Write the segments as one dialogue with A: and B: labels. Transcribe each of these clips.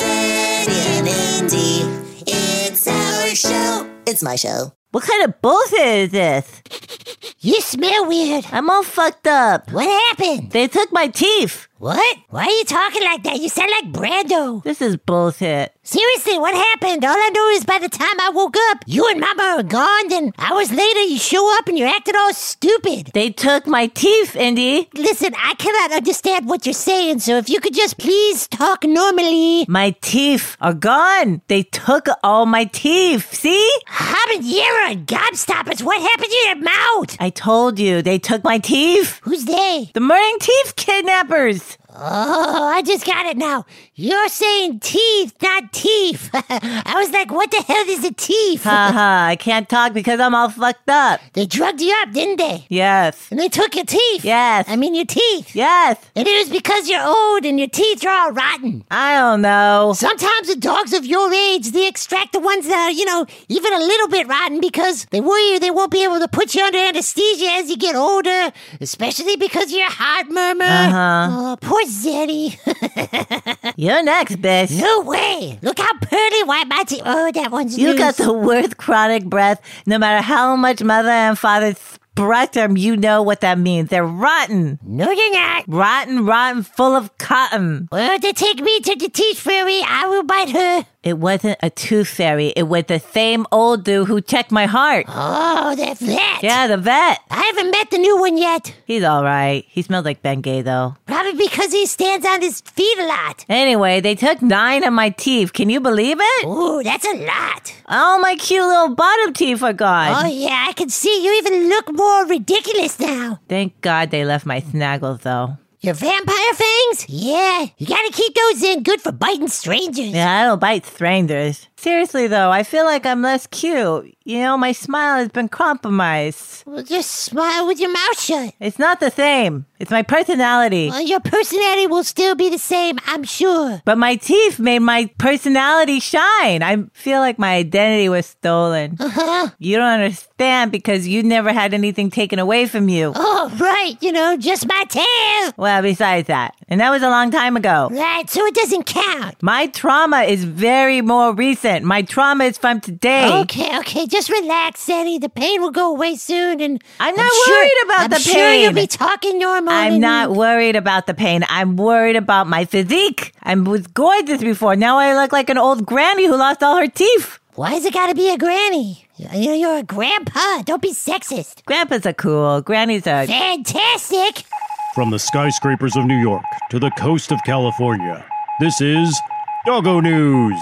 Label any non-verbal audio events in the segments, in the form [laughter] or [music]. A: Zany and Indy, it's our show. It's my show.
B: What kind of bullshit is this?
C: You smell weird.
B: I'm all fucked up.
C: What happened?
B: They took my teeth.
C: What? Why are you talking like that? You sound like Brando.
B: This is bullshit.
C: Seriously, what happened? All I know is by the time I woke up, you and Mama are gone, and hours later you show up and you're acting all stupid.
B: They took my teeth, Indy.
C: Listen, I cannot understand what you're saying, so if you could just please talk normally.
B: My teeth are gone. They took all my teeth. See?
C: Habanero and Gobstoppers, what happened to your mouth?
B: I told you they took my teeth.
C: Who's they?
B: The murdering teeth kidnappers.
C: Oh, I just got it now. You're saying teeth, not teeth. [laughs] I was like, what the hell is a teeth?
B: Haha, I can't talk because I'm all fucked up.
C: They drugged you up, didn't they?
B: Yes.
C: And they took your teeth.
B: Yes.
C: I mean, your teeth.
B: Yes.
C: And it was because you're old and your teeth are all rotten.
B: I don't know.
C: Sometimes the dogs of your age, they extract the ones that are, you know, even a little bit rotten because they worry they won't be able to put you under anesthesia as you get older, especially because of your heart murmur.
B: Uh-huh.
C: Oh, poor Zetty.
B: You're next,
C: [laughs]
B: bitch.
C: no way. Look how pearly white my teeth. Oh, that one's
B: You
C: loose.
B: got the worst chronic breath. No matter how much mother and father brush them, you know what that means. They're rotten.
C: No, you're not.
B: Rotten, rotten, full of cotton.
C: Well, they take me to the teeth fairy. I will bite her.
B: It wasn't a tooth fairy. It was the same old dude who checked my heart.
C: Oh, that's that.
B: Yeah, the vet.
C: I haven't met the new one yet.
B: He's all right. He smells like Bengay, though.
C: Probably because he stands on his feet a lot.
B: Anyway, they took nine of my teeth. Can you believe it?
C: Ooh, that's a lot.
B: All my cute little bottom teeth are gone.
C: Oh, yeah, I can see you even look more ridiculous now.
B: Thank God they left my snaggles, though.
C: Your vampire fangs? Yeah, you gotta keep those in. Good for biting strangers.
B: Yeah, I don't bite strangers. Seriously, though, I feel like I'm less cute. You know, my smile has been compromised.
C: Well, just smile with your mouth shut.
B: It's not the same. It's my personality.
C: Well, your personality will still be the same, I'm sure.
B: But my teeth made my personality shine. I feel like my identity was stolen.
C: Uh-huh.
B: You don't understand because you never had anything taken away from you.
C: Oh, right, you know, just my tail.
B: Well, besides that. And that was a long time ago.
C: Right, so it doesn't count.
B: My trauma is very more recent. My trauma is from today.
C: Okay, okay, just relax, Eddie. The pain will go away soon, and
B: I'm not worried about
C: I'm
B: the
C: sure you'll
B: pain.
C: be talking normal.
B: I'm
C: and-
B: not worried about the pain. I'm worried about my physique. I was gorgeous before. Now I look like an old granny who lost all her teeth.
C: Why has it got to be a granny? You know, you're a grandpa. Don't be sexist.
B: Grandpas are cool. Grannies are.
C: Fantastic.
D: From the skyscrapers of New York to the coast of California, this is Doggo News.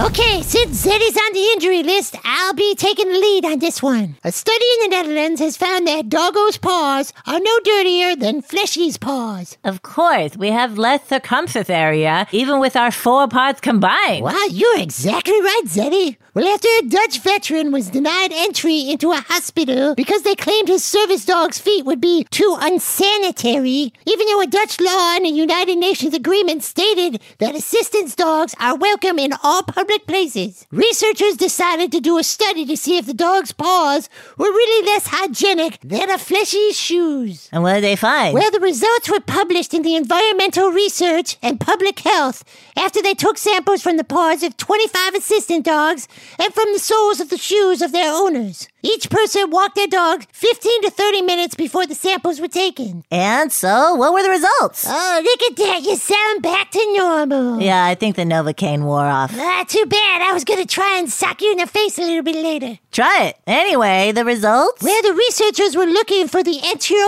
C: Okay, since Zeddy's on the injury list, I'll be taking the lead on this one. A study in the Netherlands has found that doggos' paws are no dirtier than fleshy's paws.
B: Of course, we have less circumference area, even with our four parts combined.
C: Wow, you're exactly right, Zeddy. Well, after a Dutch veteran was denied entry into a hospital because they claimed his service dog's feet would be too unsanitary, even though a Dutch law and a United Nations agreement stated that assistance dogs are welcome in all public places, researchers decided to do a study to see if the dog's paws were really less hygienic than a fleshy's shoes.
B: And what did they find?
C: Well, the results were published in the Environmental Research and Public Health after they took samples from the paws of 25 assistant dogs and from the soles of the shoes of their owners. Each person walked their dog 15 to 30 minutes before the samples were taken.
B: and so, what were the results?
C: Oh, look at that. You sound back to normal.
B: yeah, I think the Novocaine wore off.
C: Ah, too bad. I was going to try and sock you in the face a little bit later.
B: Try it. Anyway, the results?
C: Where the researchers were looking for the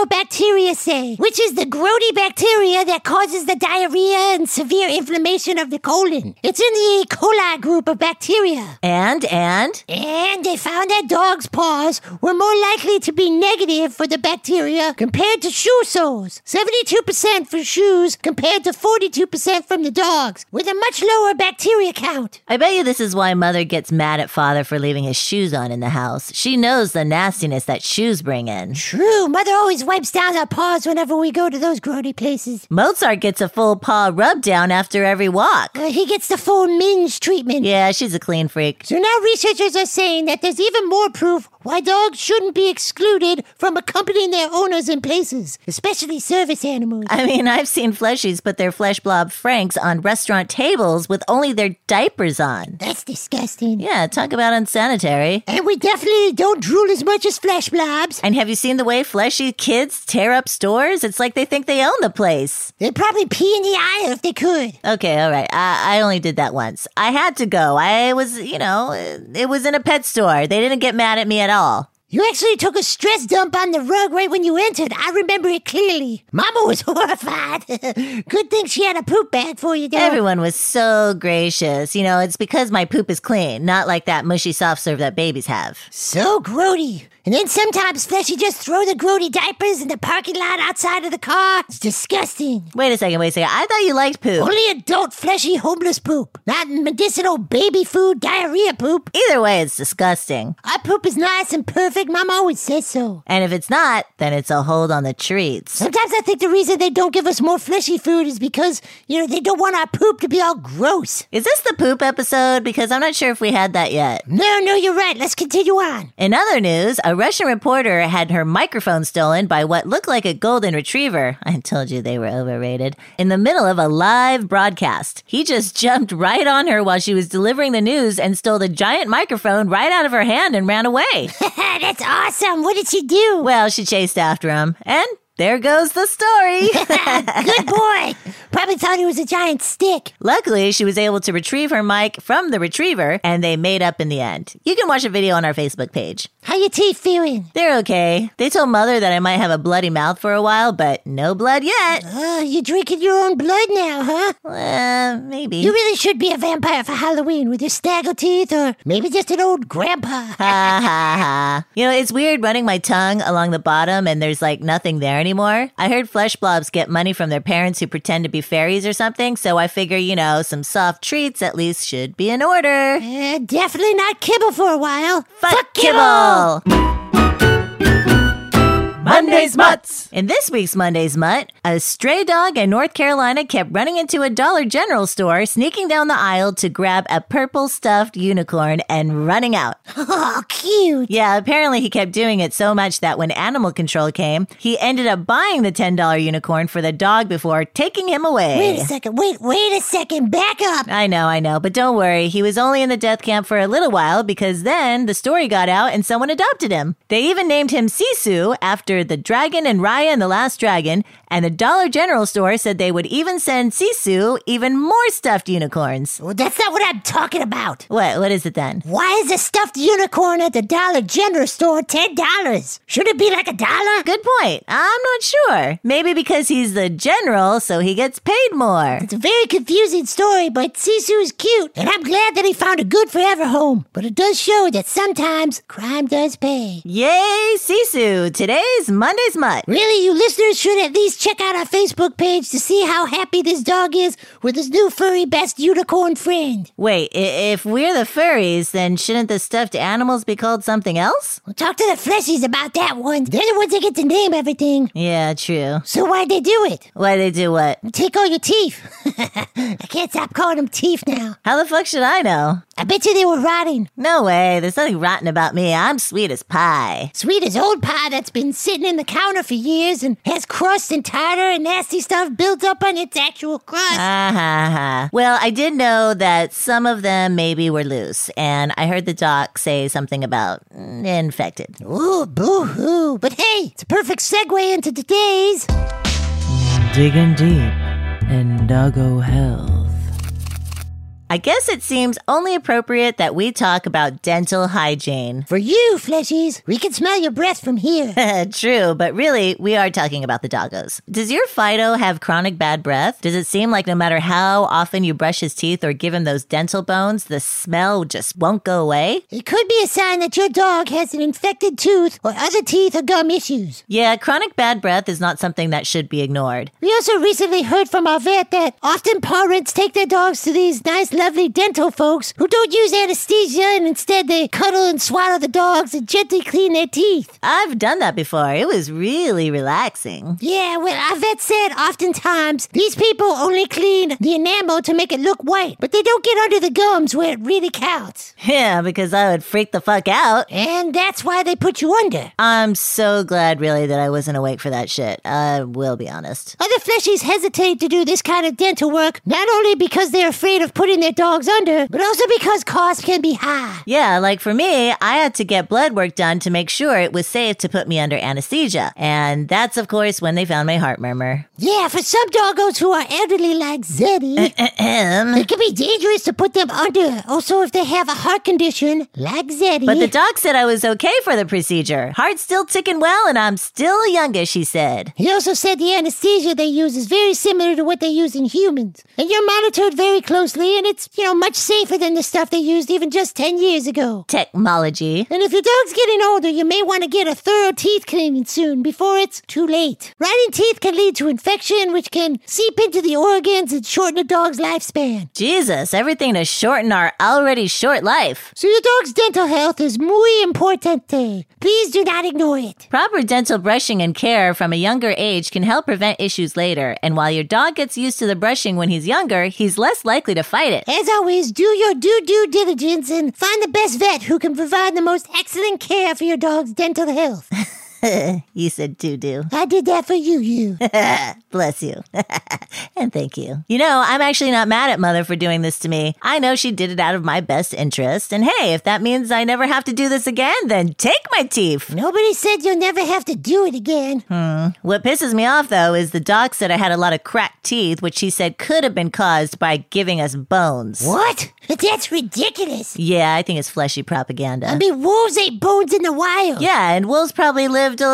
C: Enterobacteria say, which is the grody bacteria that causes the diarrhea and severe inflammation of the colon. It's in the E. coli group of bacteria.
B: and, and?
C: And they found that dogs' paws were more likely to be negative for the bacteria compared to shoe soles. 72% for shoes compared to 42% from the dogs, with a much lower bacteria count.
B: I bet you this is why mother gets mad at father for leaving his shoes on in the house. She knows the nastiness that shoes bring in.
C: True, mother always wipes down our paws whenever we go to those grody places.
B: Mozart gets a full paw rub down after every walk.
C: Uh, he gets the full minge treatment.
B: Yeah, she's a clean freak.
C: So now researchers are saying that there's even more proof why dogs shouldn't be excluded from accompanying their owners in places, especially service animals.
B: I mean, I've seen fleshies put their flesh blob franks on restaurant tables with only their diapers on.
C: That's disgusting.
B: Yeah, talk about unsanitary.
C: And we definitely don't drool as much as flesh blobs.
B: And have you seen the way fleshy kids tear up stores? It's like they think they own the place.
C: They'd probably pee in the aisle if they could.
B: Okay, all right. I, I only did that once. I had to go. I was, you know, it was in a pet store. They didn't get mad at me at all.
C: You actually took a stress dump on the rug right when you entered. I remember it clearly. Mama was [laughs] horrified. Good thing she had a poop bag for you, though.
B: Everyone was so gracious. You know, it's because my poop is clean, not like that mushy soft serve that babies have.
C: So grody. And then sometimes Fleshy just throw the grody diapers in the parking lot outside of the car. It's disgusting.
B: Wait a second, wait a second. I thought you liked poop.
C: Only adult fleshy homeless poop, not medicinal baby food diarrhea poop.
B: Either way, it's disgusting.
C: Our poop is nice and perfect. Mom always says so.
B: And if it's not, then it's a hold on the treats.
C: Sometimes I think the reason they don't give us more fleshy food is because, you know, they don't want our poop to be all gross.
B: Is this the poop episode? Because I'm not sure if we had that yet.
C: No, no, you're right. Let's continue on. [laughs]
B: In other news, a Russian reporter had her microphone stolen by what looked like a golden retriever. [laughs] I told you they were overrated. In the middle of a live broadcast, he just jumped right on her while she was delivering the news and stole the giant microphone right out of her hand and ran away. [laughs]
C: That's awesome. What did she do? [laughs]
B: well, she chased after him, and there goes the story. [laughs]
C: Good boy. Probably thought he was a giant stick.
B: Luckily, she was able to retrieve her mic from the retriever, and they made up in the end. You can watch a video on our Facebook page.
C: How your teeth feeling?
B: They're okay. They told mother that I might have a bloody mouth for a while, but no blood yet.
C: Oh, you're drinking your own blood now, huh?
B: Uh, maybe.
C: You really should be a vampire for Halloween with your staggle teeth or maybe just an old grandpa.
B: [laughs]
C: [laughs]
B: ha ha ha. You know, it's weird running my tongue along the bottom and there's like nothing there anymore. I heard flesh blobs get money from their parents who pretend to be fairies or something, so I figure, you know, some soft treats at least should be in order.
C: Uh, definitely not kibble for a while.
B: Fuck kibble! Monday's Mutts! In this week's Monday's Mutt, a stray dog in North Carolina kept running into a Dollar General store, sneaking down the aisle to grab a purple stuffed unicorn and running out.
C: Oh, cute.
B: Yeah, apparently he kept doing it so much that when animal control came, he ended up buying the $10 unicorn for the dog before taking him
C: Wait a
B: away.
C: second. Wait, wait a second. Back up.
B: I know, I know, but don't worry. He was only in the death camp for a little while because then the story got out and someone adopted him. They even named him Sisu after the dragon and Raya and the Last Dragon, and the Dollar General store said they would even send Sisu even more stuffed unicorns.
C: Well, that's not what I'm talking about.
B: What what is it then?
C: Why is a stuffed unicorn at the Dollar General store $10? Should it be like a dollar?
B: Good point. I'm not sure. Maybe because he's the general, so he gets paid more.
C: It's a very confusing story, but Sisu is cute, and I'm glad that he found a good forever home. But it does show that sometimes crime does pay.
B: Yay, Sisu! Today's Monday's Mutt.
C: Really, you listeners should at least check out our Facebook page to see how happy this dog is with his new furry best unicorn friend.
B: Wait, i- if we're the furries, then shouldn't the stuffed animals be called something else?
C: We'll talk to the fleshies about that one. They're the ones that get to name everything.
B: Yeah, true.
C: So why'd they do it?
B: Why they do what?
C: Take all your teeth. [laughs] I can't stop calling them teeth now.
B: How the fuck should I know?
C: I bet you they were rotting.
B: No way. There's nothing rotten about me. I'm sweet as pie.
C: Sweet as old pie that's been sitting in the counter for years and has crust and tartar and nasty stuff built up on its actual crust.
B: Ha ha ha. Well, I did know that some of them maybe were loose, and I heard the doc say something about mm, infected.
C: Ooh, boo hoo. But hey, it's a perfect segue into today's.
B: Digging deep in doggo health. I guess it seems only appropriate that we talk about dental hygiene.
C: For you, fleshies, we can smell your breath from here.
B: [laughs] True, but really, we are talking about the doggos. Does your Fido have chronic bad breath? Does it seem like no matter how often you brush his teeth or give him those dental bones, the smell just won't go away?
C: It could be a sign that your dog has an infected tooth or other teeth or gum issues.
B: Yeah, chronic bad breath is not something that should be ignored.
C: We also recently heard from our vet that often parents take their dogs to these nice lovely dental folks who don't use anesthesia and instead they cuddle and swaddle the dogs and gently clean their teeth.
B: I've done that before. It was really relaxing. [laughs]
C: Yeah, well, our vet said oftentimes these people only clean the enamel to make it look white, but they don't get under the gums where it really counts.
B: Yeah, because I would freak the fuck out.
C: And that's why they put you under.
B: I'm so glad, really, that I wasn't awake for that shit. I will be honest.
C: Other fleshies hesitate to do this kind of dental work not only because they're afraid of putting their dogs under, but also because costs can be high.
B: Yeah, like for me, I had to get blood work done to make sure it was safe to put me under anesthesia. And that's, of course, when they found my heart murmur. [clears throat]
C: Yeah, for some doggos who are elderly like
B: Eh.
C: Zeddy,
B: Ahem.
C: it can be dangerous to put them under. Also, if they have a heart condition like Zeddy.
B: But the doc said I was okay for the procedure. Heart's still ticking well, and I'm still youngish, he said.
C: he also said the anesthesia they use is very similar to what they use in humans. And you're monitored very closely, and it's, you know, much safer than the stuff they used even just 10 years ago.
B: Technology.
C: And if your dog's getting older, you may want to get a thorough teeth cleaning soon before it's too late. Rotting teeth can lead to infection, which can seep into the organs and shorten a dog's lifespan.
B: Jesus, everything to shorten our already short life.
C: So your dog's dental health is muy importante. Please do not ignore it.
B: Proper dental brushing and care from a younger age can help prevent issues later, and while your dog gets used to the brushing when he's younger, he's less likely to fight it.
C: As always, do your due due diligence and find the best vet who can provide the most excellent care for your dog's dental health.
B: You said doo doo.
C: I did that for you, you.
B: Bless you. [laughs] and thank you. You know, I'm actually not mad at Mother for doing this to me. I know she did it out of my best interest, and hey, if that means I never have to do this again, then take my teeth.
C: Nobody said you'll never have to do it again.
B: What pisses me off though is the doc said I had a lot of cracked teeth, which she said could have been caused by giving us bones.
C: What? That's ridiculous.
B: Yeah, I think it's fleshy propaganda.
C: I mean, wolves ain't bones in the wild.
B: yeah, and wolves probably lived a,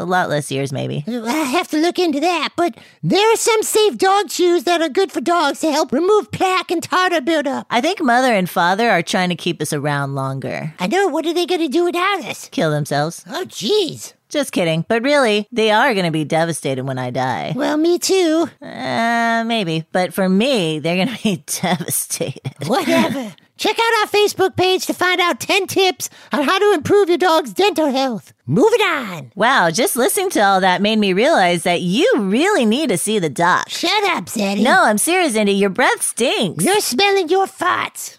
B: a lot less years, maybe.
C: I have to look into that, but there are some safe dog chews that are good for dogs to help remove plaque and tartar buildup.
B: I think mother and father are trying to keep us around longer.
C: I know, what are they going to do without us?
B: Kill themselves.
C: Oh, jeez.
B: Just kidding. But really, they are going to be devastated when I die.
C: Well, me too.
B: [laughs] Uh, maybe. But for me, they're going to be [laughs] devastated.
C: Whatever. Check out our Facebook page to find out 10 tips on how to improve your dog's dental health. Moving on.
B: Wow, just listening to all that made me realize that you really need to see the doc.
C: Shut up, Zeddy.
B: No, I'm serious, Indy. Your breath stinks.
C: You're smelling your farts.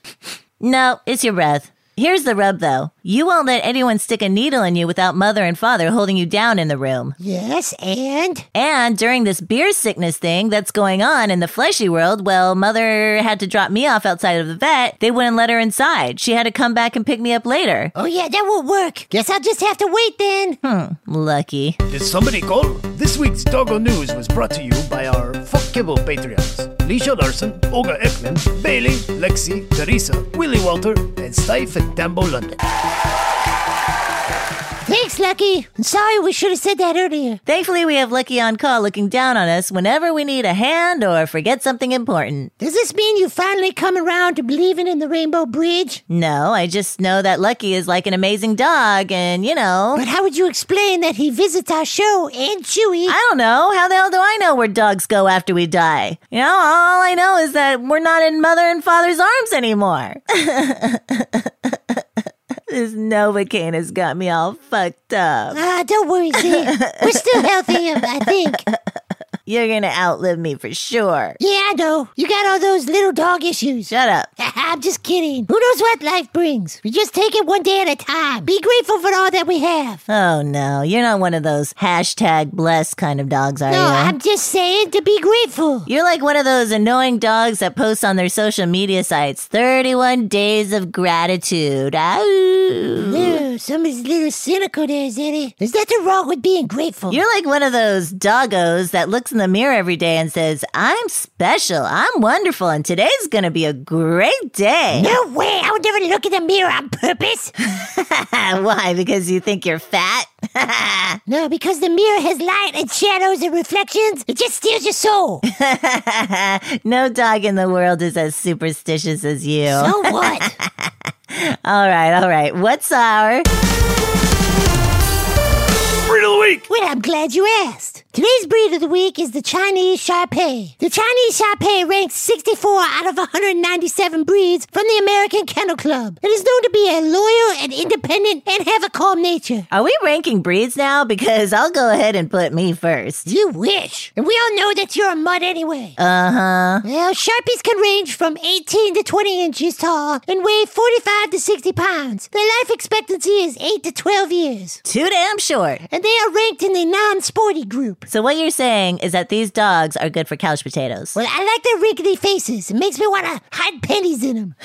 B: No, it's your breath. Here's the rub, though. You won't let anyone stick a needle in you without mother and father holding you down in the room.
C: Yes, and?
B: And during this beer sickness thing that's going on in the fleshy world, well, mother had to drop me off outside of the vet. They wouldn't let her inside. She had to come back and pick me up later.
C: Oh, yeah, that won't work. Guess I'll just have to wait then.
B: Lucky.
E: Did somebody call? This week's Doggo News was brought to you by our Fuck Kibble Patreons. Lisha Larson, Olga Ekman, Bailey, Lexi, Teresa, Willie Walter, and Stife at Tambo London.
C: Thanks, Lucky. I'm sorry we should have said that earlier.
B: Thankfully, we have Lucky on call looking down on us whenever we need a hand or forget something important.
C: Does this mean you finally come around to believing in the Rainbow Bridge?
B: No, I just know that Lucky is like an amazing dog, and you know.
C: But how would you explain that he visits our show and Chewy?
B: I don't know. How the hell do I know where dogs go after we die? You know, all I know is that we're not in mother and father's arms anymore. [laughs] this Novocaine has got me all fucked up.
C: Ah, don't worry, Zed.
B: [laughs]
C: We're still healthy, I think.
B: You're gonna outlive me for sure.
C: Yeah, I know. You got all those little dog issues. [laughs]
B: Shut up.
C: I'm just kidding. Who knows what life brings? We just take it one day at a time. Be grateful for all that we have.
B: Oh no, you're not one of those hashtag blessed kind of dogs, are
C: No,
B: you?
C: I'm just saying to be grateful.
B: You're like one of those annoying dogs that post on their social media sites 31 days of gratitude. Ow.
C: Ew, somebody's a little cynical there, Zeddy. There's nothing wrong with being grateful.
B: [laughs] You're like one of those doggos that looks in the mirror every day and says, I'm special, I'm wonderful, and today's gonna be a great day.
C: No way! I would never look in the mirror on purpose.
B: [laughs] Why? Because you think you're fat? [laughs]
C: no, because the mirror has light and shadows and reflections. It just steals your soul.
B: no dog in the world is as superstitious as you.
C: so what?
B: all right, all right. What's our.
E: Breed of the Week!
C: Well, I'm glad you asked. Today's breed of the week is the Chinese Shar Pei. The Chinese Shar Pei ranks 64 out of 197 breeds from the American Kennel Club. It is known to be a loyal and independent and have a calm nature.
B: Are we ranking breeds now? Because I'll go ahead and put me first.
C: You wish. And we all know that you're a mutt anyway.
B: Uh huh.
C: Well, Sharpies can range from 18 to 20 inches tall and weigh 45 to 60 pounds. Their life expectancy is 8 to 12 years.
B: Too damn short.
C: And they are ranked in the non sporty group.
B: So what you're saying is that these dogs are good for couch potatoes. [laughs]
C: Well, I like their wrinkly faces. It makes me want to hide pennies in them.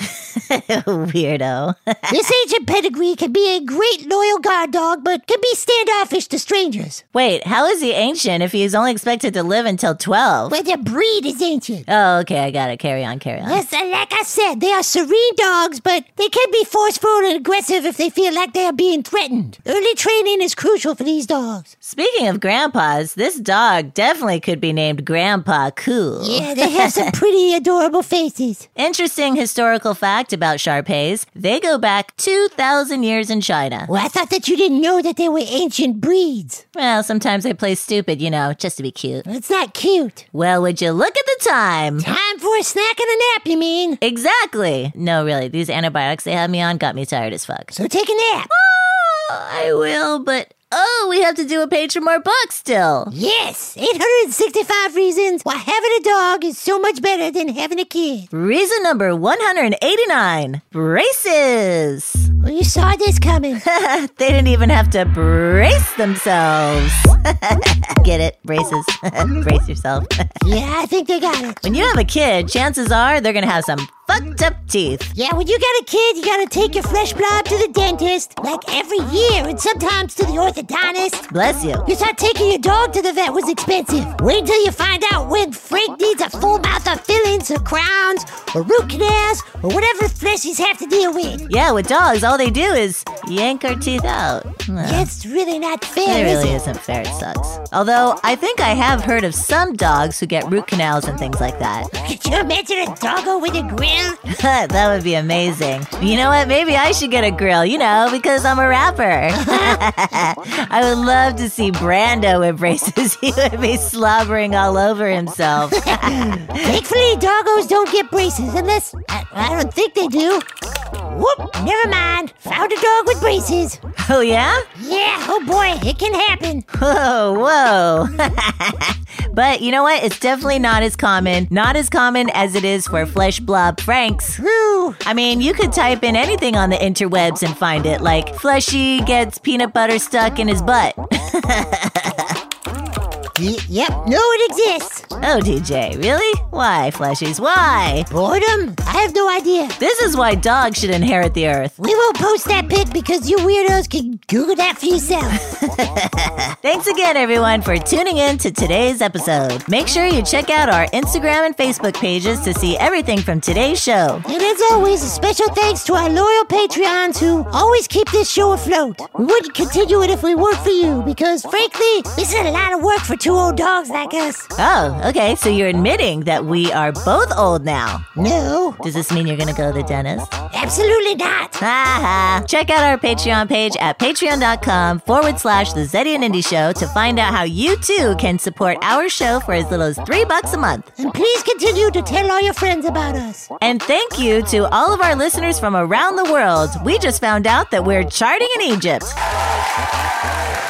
B: Weirdo.
C: this ancient pedigree can be a great loyal guard dog, but can be standoffish to strangers.
B: Wait, how is he ancient if he's only expected to live until 12?
C: But their breed is ancient.
B: Oh, okay, I got it. Carry on, carry on.
C: Yes, and like I said, they are serene dogs, but they can be forceful and aggressive if they feel like they are being threatened. Early training is crucial for these dogs.
B: Speaking of grandpas, this dog definitely could be named Grandpa Cool.
C: Yeah,
B: [laughs]
C: they have some pretty adorable faces.
B: Interesting historical fact about Sharpays. They go back 2,000 years in China.
C: Well, I thought that you didn't know that they were ancient breeds.
B: Well, sometimes they play stupid, you know, just to be cute.
C: That's not cute.
B: Well, would you look at the time?
C: Time for a snack and a nap, you mean?
B: Exactly. No, really, these antibiotics they had me on got me tired as fuck.
C: So take a nap.
B: Oh, I will, but oh, we have to do a page from our book still.
C: Yes, 865 reasons why having a dog is so much better than having a kid.
B: Reason number 189 braces.
C: Well, you saw this
B: [laughs]
C: coming.
B: they didn't even have to brace themselves. [laughs] Get it? Braces. [laughs] brace yourself. [laughs]
C: yeah, I think they got it.
B: when you have a kid, chances are they're going to have some fucked up teeth.
C: Yeah, when you got a kid, you gotta take your flesh blob to the dentist, like every year, and sometimes to the orthodontist.
B: Bless you.
C: You thought taking your dog to the vet was expensive. Wait until you find out when Frank needs a full mouth of fillings or crowns or root canals or whatever fleshies have to deal with.
B: Yeah, with dogs, all they do is yank our teeth out. Well,
C: That's really not
B: Uh. It
C: fair, is
B: really
C: it?
B: isn't fair. It sucks. Although, I think I have heard of some dogs who get root canals and things like that.
C: [laughs] Could you imagine a doggo with a grill?
B: [laughs] that would be amazing. You know what? Maybe I should get a grill, you know, because I'm a rapper. [laughs] I would love to see Brando with braces. [laughs] he would be slobbering all over himself.
C: Thankfully, doggos don't get braces unless I, I don't think they do. Whoop! Never mind. Found a dog with braces.
B: oh, yeah?
C: Yeah. Oh boy, it can happen.
B: Whoa, whoa. [laughs] but you know what? It's definitely not as common. Not as common as it is for flesh blob Franks.
C: True.
B: I mean, you could type in anything on the interwebs and find it, like fleshy gets peanut butter stuck in his butt. [laughs]
C: Y- yep. No, it exists.
B: Oh, DJ, really? Why, fleshies? Why?
C: Boredom? I have no idea.
B: This is why dogs should inherit the earth.
C: We won't post that pic because you weirdos can Google that for yourself.
B: Thanks again, everyone, for tuning in to today's episode. Make sure you check out our Instagram and Facebook pages to see everything from today's show.
C: and as always, a special thanks to our loyal Patreons who always keep this show afloat. We wouldn't continue it if we weren't for you because, frankly, this is a lot of work for two old dogs like us.
B: Oh, okay, so you're admitting that we are both old now.
C: No,
B: Does this mean you're gonna go to the dentist?
C: absolutely not.
B: Haha. Check out our Patreon page at patreon.com forward slash the Zeddy and Indy Show to find out how you too can support our show for as little as three bucks a month.
C: And please continue to tell all your friends about us.
B: And thank you to all of our listeners from around the world. We just found out that we're charting in Egypt.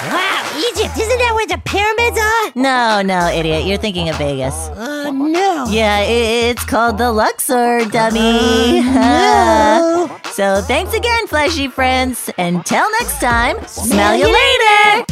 C: Wow, Egypt, isn't that where the pyramids are?
B: No, no, idiot. You're thinking of Vegas.
C: Uh, no.
B: Yeah, i- it's called the Luxor, [laughs] dummy.
C: No.
B: so thanks again, fleshy friends. Until next time, smell you later.